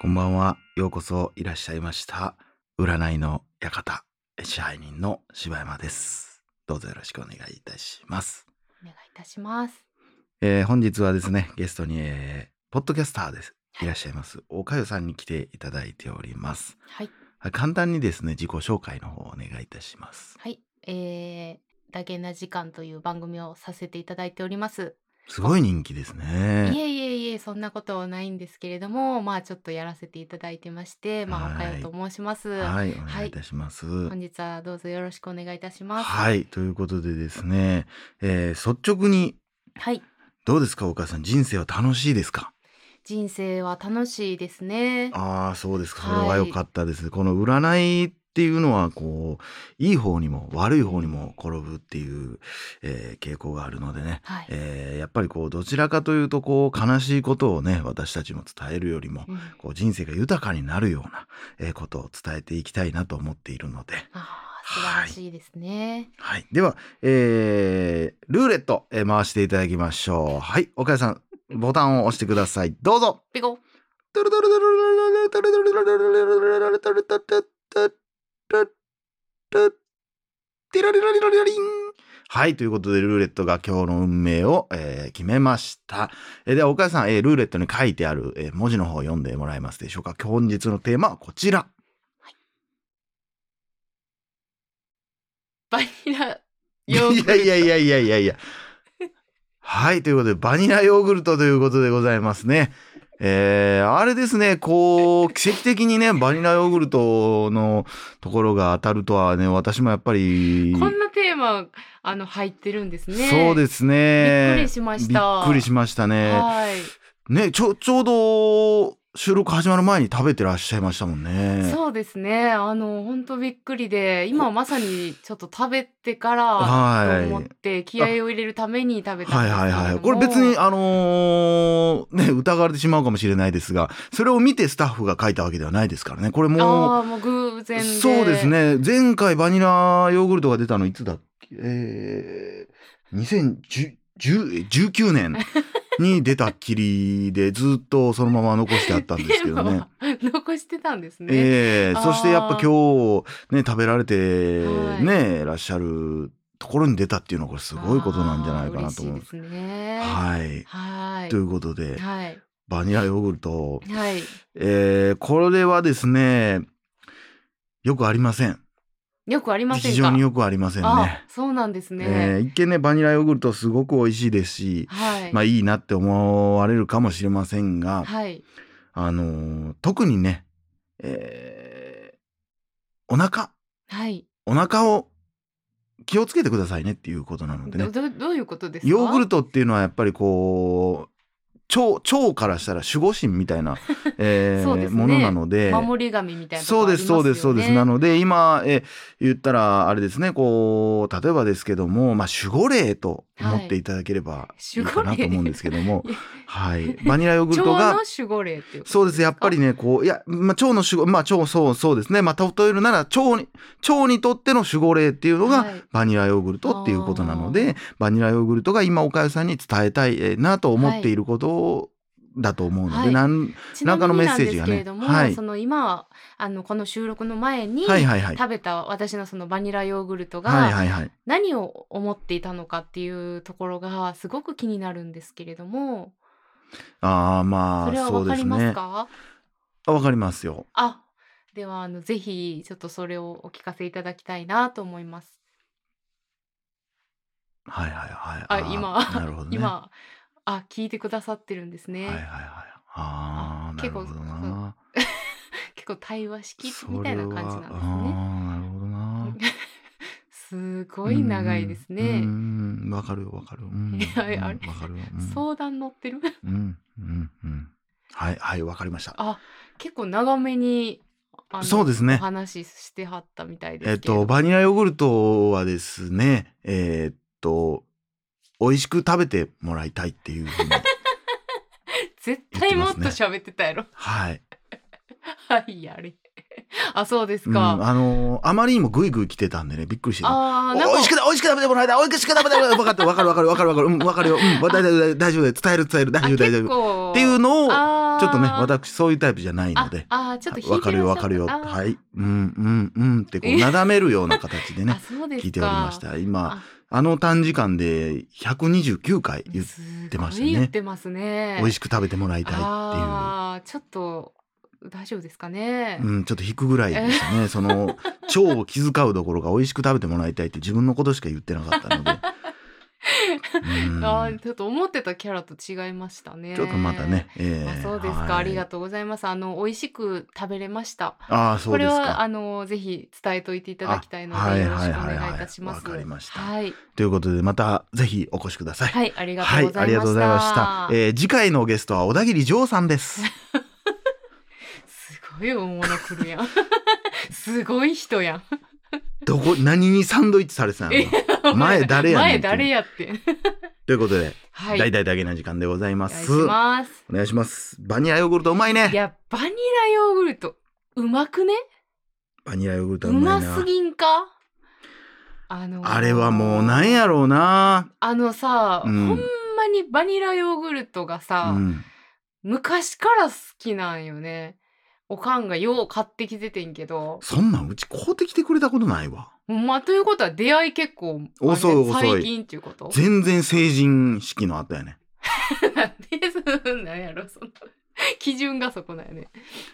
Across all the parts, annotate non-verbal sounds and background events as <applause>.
こんばんは。ようこそいらっしゃいました。占いの館、支配人の柴山です。どうぞよろしくお願いいたします。お願いいたします。えー本日はですね、ゲストに、えーポッドキャスターです。いはいらっしゃいます。おかゆさんに来ていただいております。はい、はい簡単にですね、自己紹介の方をお願いいたします。はい、えー、ダゲな時間という番組をさせていただいております。すごい人気ですいね。えいえいえ、そんなことはないんですけれども、まあちょっとやらせていただいてまして、まあはいおかよと申します。はい、お願いいたします。本日はどうぞよろしくお願いいたします。、はいい、ということでですね、えー率直にはい、どうですか、お母さん、人生は楽しいですか。人生は楽しいですね。ああ、そうですか、そはいれは良かったです。この占いっていうのは、こう、いい方にも悪い方にも転ぶっていう、えー傾向があるのでね。はい、えーやっぱりこうどちらかというとこう悲しいことをね私たちも伝えるよりもうんこう人生が豊かになるような、えーことを伝えていきたいなと思っているので、あー素晴らしいですね。はい、では、えールーレット、えー回していただきましょうはい岡谷さんボタンを押してくださいどうぞピコ、はい、ということで、ルーレットが今日の運命を、えー決めました。えーでは、岡谷さん、えールーレットに書いてある、えー文字の方を読んでもらえますでしょうか。本日のテーマはこちら。バニラ、いやいやいやいやいやいやいや。はい、ということで、バニラヨーグルトということでございますね。えー、あれですね、こう、奇跡的にね、バニラヨーグルトのところが当たるとはね、私もやっぱり、こんなテーマあの入ってるんですね。。そうですすね。びっくりしましたびっくりしましたね。はい。ね、ちょ、ちょうど、収録始まる前に食べてらっしゃいましたもんね。そうですね。あの本当びっくりで、今まさにちょっと食べてからはいと思って気合を入れるために食べたんはでいすけはいどもはい。これ別に、あのーね、疑われてしまうかもしれないですが、それを見てスタッフが書いたわけではないですからね。これもああもう偶う、然で。そうです。 <laughs> ね。前回バニラヨーグルトが出たのいつだっけえー、2019年に出たっきりで、ずっとそのまま残してあったんですけ <laughs> どね。残してたんですね。ええあーそしてやっぱ今日ね食べられてはいね、い、らっしゃるところに出たっていうのはこれすごいことなんじゃないかなと思うんあー嬉しいですね。はい。はいということで、はいバニラヨーグルト、はい。えー、これはですね、よくありません。よくありませんか。非常によくありませんあね。そうなんですね。えー一見ね、バニラヨーグルトすごく美味しいですし、はい。まあいいなって思われるかもしれませんが、はい。あのー特にね、えー、お腹、はい。お腹を気をつけてくださいねっていうことなのでどね。どどういうことですか。ヨーグルト。トっていうのはやっぱりこう、腸、腸からしたら守護神みたいな、 <laughs> えーそうですねものなので。守り神みたいなとこそうありで、ますよそねうです、そうです。なので、今、え、言ったら、あれですね、こう、例えばですけども、まあ、守護霊と思っていただければいいかなと思うんですけど <laughs> も、はい。バニラヨーグル腸トが、の守護霊っていうことそうです。やっぱりね、こう、いや、まあ、腸の守護、まあ、腸、そう、そうですね。まあ、例えるなら、腸に、腸にとっての守護霊っていうのが、はいバニラヨーグルトっていうことなので、バニラヨーグルトが今、おかゆさんに伝えたいえーなと思っていることを、だと思うので、はいなん、ちなみになんですけれども、なんかのメッセージがねはいその今あのこの収録の前に、はいはいはい。食べた私のそのバニラヨーグルトはいがはいはい。何を思っていたのかっていうところがすごく気になるんですけれども、ああ、まあ、それはそわうかでりすますね。か？あわかりますよ。あ、ではあのぜひちょっとそれをお聞かせいただきたいなと思います。はいはいはい。あ、ー今なるほどね。は今あ聞いてくださってるんですいね。はいはい。ああ、なる結ほ構どな。結構対話式そみたいな感じなんですね。ああー、なるほどな。すごい長いですね。うんうんうんわかるよわかるよ。うんいやいやうんあれわかるよ。うん相談乗ってる <laughs> うんうんうん。はいはいわかりました。あ結構長めにあのそうですねお話ししてはったみたいですえっけれどとバニラヨーグルトはですね、えーっと美味しく食べてもらいたいっていう <laughs> ふうに。絶対もっと喋ってたやろ <laughs> はい。はいやれ <laughs> あ、そうですうん、か。あのーあまりにもグイグイ来てたんでね、びっくりしてね、ああ、おなん美か味しくだ美味しく食べてもらえた美味しく食べてもらえた分かった分かる分かる分かる分かるうん分かるよ、うん、わ大丈 <laughs> 夫大丈夫伝える伝える大あ丈夫大丈結夫構っていうのをちあーょっとね私そういうタイプじゃないのでああーちょっと引いて分かるよらっ分しゃかるよったあーはいうんうんうんってこうなだめるような形で <laughs> あねそうですか聞いておりました今ああの短時間で129回言っすてましたごねい言ってますね美味しく食べてもらいたいっていう。ああちょっと大丈夫ですかね、うん、ちょっと引くぐらいでした <laughs> ね。その、腸を気遣うどころが美味しく食べてもらいたいって自分のことしか言ってなかったので。うんああちょっと思ってたキャラと違いましたねちょっとまたね。えあーそうですか、はいありがとうございますあの美味しく食べれましたああ、そこうれですはか。あのぜひ伝えといていただきたいのあはでいよろしくおはいはいはい願いいたしますわかりましたはい、ということで、またぜひお越しください。はい、ありがはい、ありがととううごござざいいままししたた。。えー次回のゲストは小田切丈さんです。すごい大物来るやん。 <laughs> すごい人やん。どこ、何にサンドイッチされてたの前誰やねん前誰やって。ということで、はい。大体だけな時間でございまお願いす。します。お願いします。バニラヨーグルトうまいいね。や、バニラヨーグルト、うまくねバニラヨーグルトううまいまなす。ぎんかあのーあれはもうなんやろうな。あのさ、うんほんまにバニラヨーグルトがさ、うん。昔から好きなんよね。おかんがよう買ってきててんけど、そんなんうち買うてきてくれたことないわ。まあ、ということは出会い結構、あれ遅い遅い最近っていうこと <laughs> 全然成人式の後やね。なんでそんなんやろその基準がそこだよね。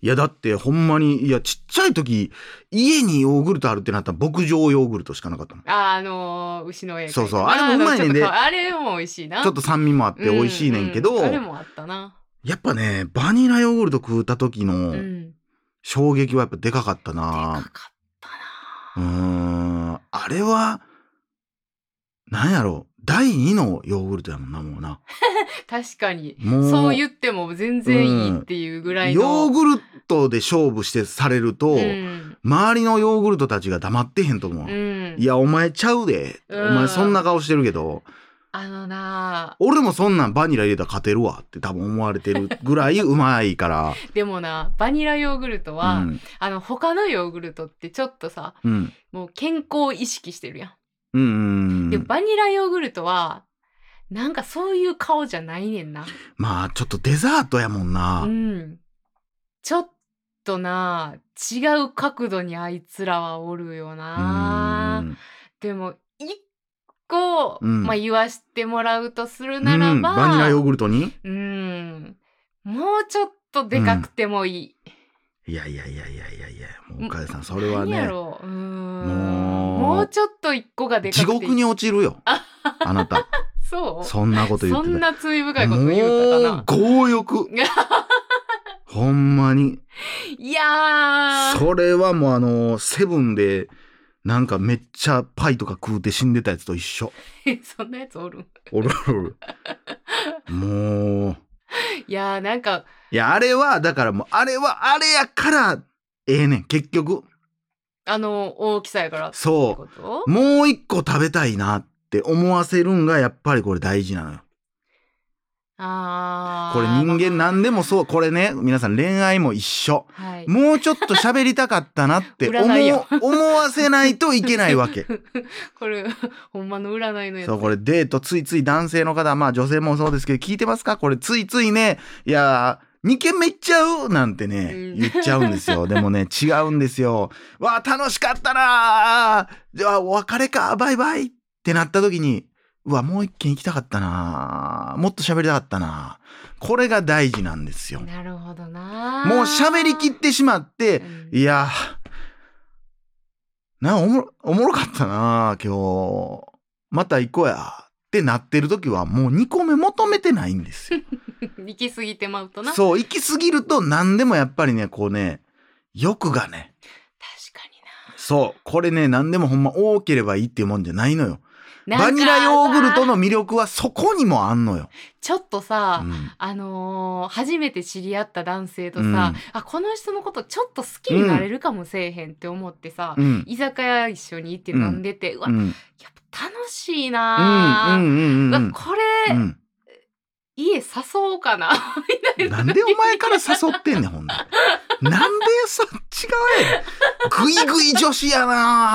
いやだってほんまに、いやちっちゃい時、家にヨーグルトあるってなったら牧場ヨーグルトしかなかったの。ああのー牛の絵そうそうあれもうまいねんでちょっとかあれも美味しいな。ちょっと酸味もあって美味しいねんけど、ううあれもあったな。やっぱね、バニラヨーグルト食うた時うのん。で衝撃はやっぱでかかったかな。かったうーん。あれは、なんやろう。第2のヨーグルトやもんな、もうな。な。確かに。もう。そう言っても全然いいっていうぐらいの。ヨーグルトで勝負してされると、うん。周りのヨーグルトたちが黙ってへんと思う、うんいやお前ちゃうで、うんお前そんな顔してるけどあのな俺もそんなんバニラ入れたら勝てるわって多分思われてるぐらいうまい <laughs> からあでもなバニラヨーグルトは、うんあの他のヨーグルトってちょっとさうんもう健康を意識してるやん。うんうんうでもんバニラヨーグルトはなんかそういう顔じゃないねんな。まあちょっとデザートやもんな、うん、ちょっとな違う角度にあいつらはおるよな。うんでも一個、うんまあ、言わしてもらうとするならば、うんバニラヨーグルトにうんもうちょっとでかくてもいい。いやいやいやいやいやいやもう岡田さんそれは何やねろううんもうもうちょっと一個がでか地くていい獄に落ちる <laughs> よあなたそうそんなこと言っそてんたな罪深いこと言うたかもうな。強 <laughs> 欲ほんまにいやー <laughs> それはもうあのセブンでなんかめっちゃパイとか食うて死んでたやつと一緒そんなやつおるおるおるもういやーなんかいやあれはだからもうあれはあれやからええねん結局あの大きさやからってそことうもう一個食べたいなって思わせるんがやっぱりこれ大事なのよあーこれ人間まあ何でもそうこれね皆さん恋愛も一緒はいもうちょっと喋りたかったなって思 <laughs> 占いよう思わせないといけないわ <laughs> けこれほんまの占いのやつそうこれデートついつい男性の方まあ女性もそうですけど聞いてますかこれついついねいやー2軒目行っちゃうなんてね、うん言っちゃうんです <laughs> よ。でもね、違うんですよ。わあ、楽しかったなーじゃあ、お別れか、バイバイってなった時に、うわ、もう一軒行きたかったなーもっと喋りたかったなーこれが大事なんですよ。もなるほどなう喋りきってしまって、いややーなおもろおもろかったな今日また行こうやってなってる時はもう2個目求めてないんです <laughs> よ行き過ぎてまうとな確かそう行き過ぎると何でもやっぱりねこうね欲がねそうこれね何でもほんま多ければいいっていうもんじゃないのよになバニラヨーグルトなんかさの魅力はそこにもあんのよ、ちょっとうさ、んあのー初めて知り合った男性とさ、うんあこの人のことちょっと好きになれるかもせえへんって思ってさ、うん居酒屋一緒に行って飲んでて、うわうんうんやっぱ楽しいうんなうんー、うんううんわこれ、うん家誘おうかな <laughs> みたいな <laughs> なんでお前から誘ってんねん、ほんで。なんでそっち側やねん。ぐいぐい女子やな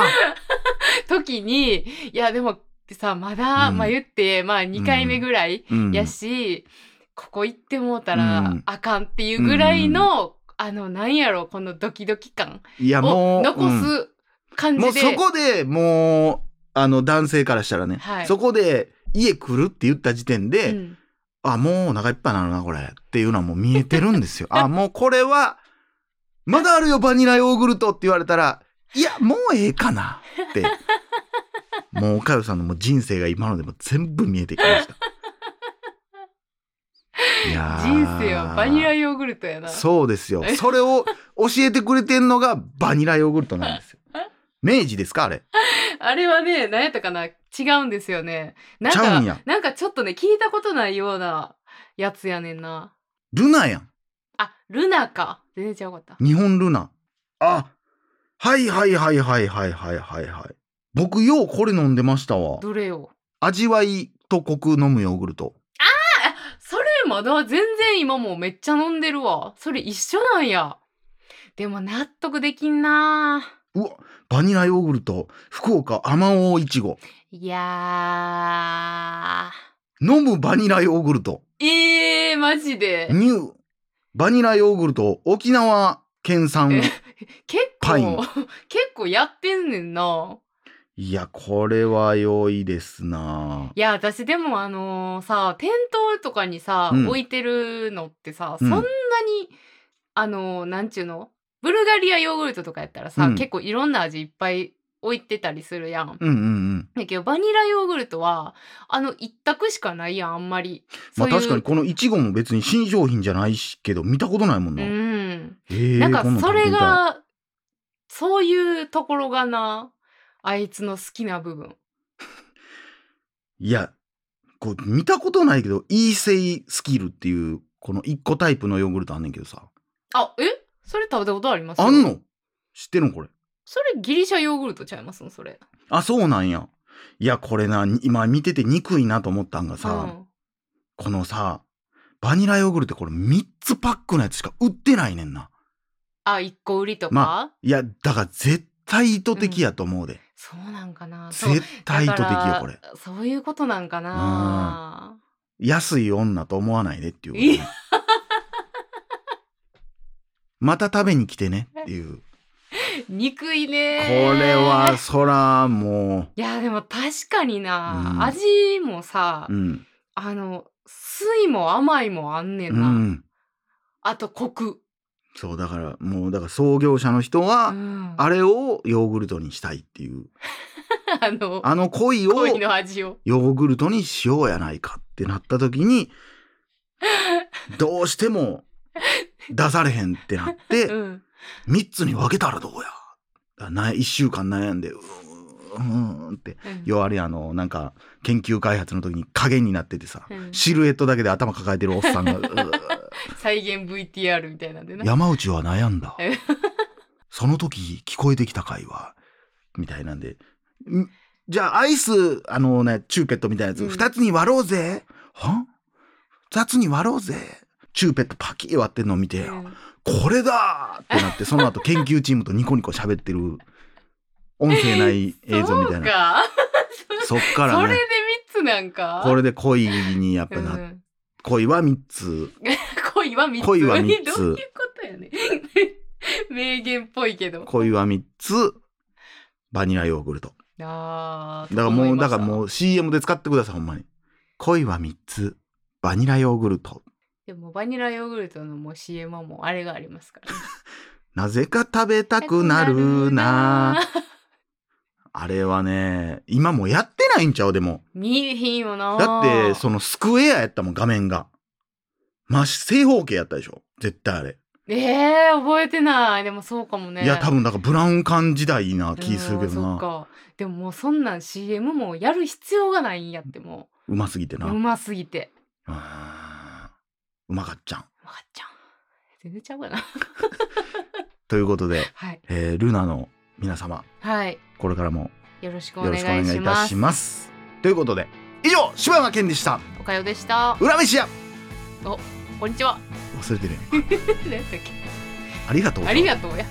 時にいやでもさまだ、うんまあ言ってまあ2回目ぐらいうん。やし、ここ行ってもうたうらんあかんっていうぐらいの、あのなんやろこのドキドキ感いや、もをう。残うんす感もじうで、そこでもう、あの、男性からしたらね、はいそこで家来るって言った時点で、うんあ、もうお腹いっぱいになるな、これ。っていうのはもう見えてるんですよ。あ、もうこれは、まだあるよ、バニラヨーグルトって言われたら、いや、もうええかなって。もう、おかよさんのもう人生が今のでも全部見えてきました。いやー人生はバニラヨーグルトやなそうですよ。それを教えてくれてんのがバニラヨーグルトなんですよ。明治ですかあれ。あれはね何やったかな違うんですよねなんちゃかうんやなんかちょっとね聞いたことないようなやつやねんなルナやん。あルナか全然違うかった日本ルナ。あ、はいはいはいはいはいはいはいはい。僕ようこれ飲んでましたわ。どれを味わいとコク飲むヨーグルト。それまだ全然今もうめっちゃ飲んでるわそれ一緒なんやでも納得できんなうわ、バニラヨーグルト、福岡あまおういちご、いや飲むバニラヨーグルト、ーえー、マジでニュー、バニラヨーグルト、沖縄県産。結パイン構 <laughs> 結構やってんねんないや、これは良いですないや私でもあのーさ店頭とかにさ、うん置いてるのってさ、うんそんなにあのーなんちゅうのブルガリアヨーグルトとかやったらさ、うん結構いろんな味いっぱい置いてたりするやん。うんうんうん。だけどバニラヨーグルトはあの一択しかないやんあんまり。まあそういう確かにこのいちごも別に新商品じゃないしけど、見たことないもんな。うん。えーなんかこんそ食べてれみたいがそういうところがなあいつの好きな部分。いや、こう、見たことないけど、イーセイスキルっていう、この一個タイプのヨーグルトあんねんけどさ。あえそれ食べたことありますあんの知ってるのこれ。それギリシャヨーグルトちゃいますのそれ。あ、そうなんや。いや、これな、に今見てて憎いなと思ったんがさ、うんこのさ、バニラヨーグルトこれ3つパックのやつしか売ってないねんな。あ、一個売りとか、まいや、だから絶対意図的やと思うで。そうなんかな。そう絶対意図的よ、これだ。からそういうことなんかな。安い女と思わないでっていうことい <laughs> ね。また食べに来てねっていう。憎いこね。れは、。そら、もいや、でも確かにな。うん味もさ、う、うん。あの、酸いも甘いもあんねんうな。ん。あと、コク。そうだからもうだから創業者の人うはん、 <laughs> ああれをヨーグルトにしたいっていうの、あの恋を恋の味を。ヨーグルトにしようやないかってなった時 <laughs> にどうしても出されへんってなっうてん。 3つに分けたらどうやだな1週間悩んでうーんうーんってうんようあれあのなんか研究開発の時に影になっててさうんシルエットだけで頭抱えてるおっさ <laughs> んがうー再現 VTR みたいなんでな。山内は悩んだえ。 <laughs> その時聞こえてきた会話。みたいなんで。んじゃあアイス、あのね、チューペットみたいなやつ、うん二、つに割ろうぜ。は二つに割ろうぜ。チューペットパキー割ってんの見て、うんこれだーってなって、その後研究チームとニコニコ喋ってる、音声ない映像みたいな。そっそかうか。らそれでね、三つなんか。これで恋にやっぱな、うん恋は三つ。 <laughs> 恋は三つ。恋は三つどういうことやね。 <laughs> 名言っぽいけど。恋は三つ、バニラヨーグルト。あーだからもう、だから整いましたもう CM で使ってください、ほんまに。恋は3つ、バニラヨーグルト。でもバニラヨーグルトのもう CM はもうあれがありますからね、なぜか食べたくなるなぁ。あれはね、今もうやってないんちゃうでも。見えへんよなだって、う。そのスクエアやったもん、画面が。まし、正方形やったでしょ絶対あれ。えー、覚えてない。でもそうかもね。いや、多分、だからブラウン管時代なうん気するけどそっな。か。でももうそんなん CM もやる必要がないんやってもうますぎてう。な。ううますぎて。ーんうまかっちゃん。わかっちゃう。全然ちゃうかな。ということで、はい。えールナの皆様、はい。これからもよろしくおよ願ろいししくお願いいます。たします。ということで、以上、柴山健でした。おかよでした。裏飯屋こんにちは。忘れてるやん何やったっけ <laughs> ありがとうござあいますりがとうや。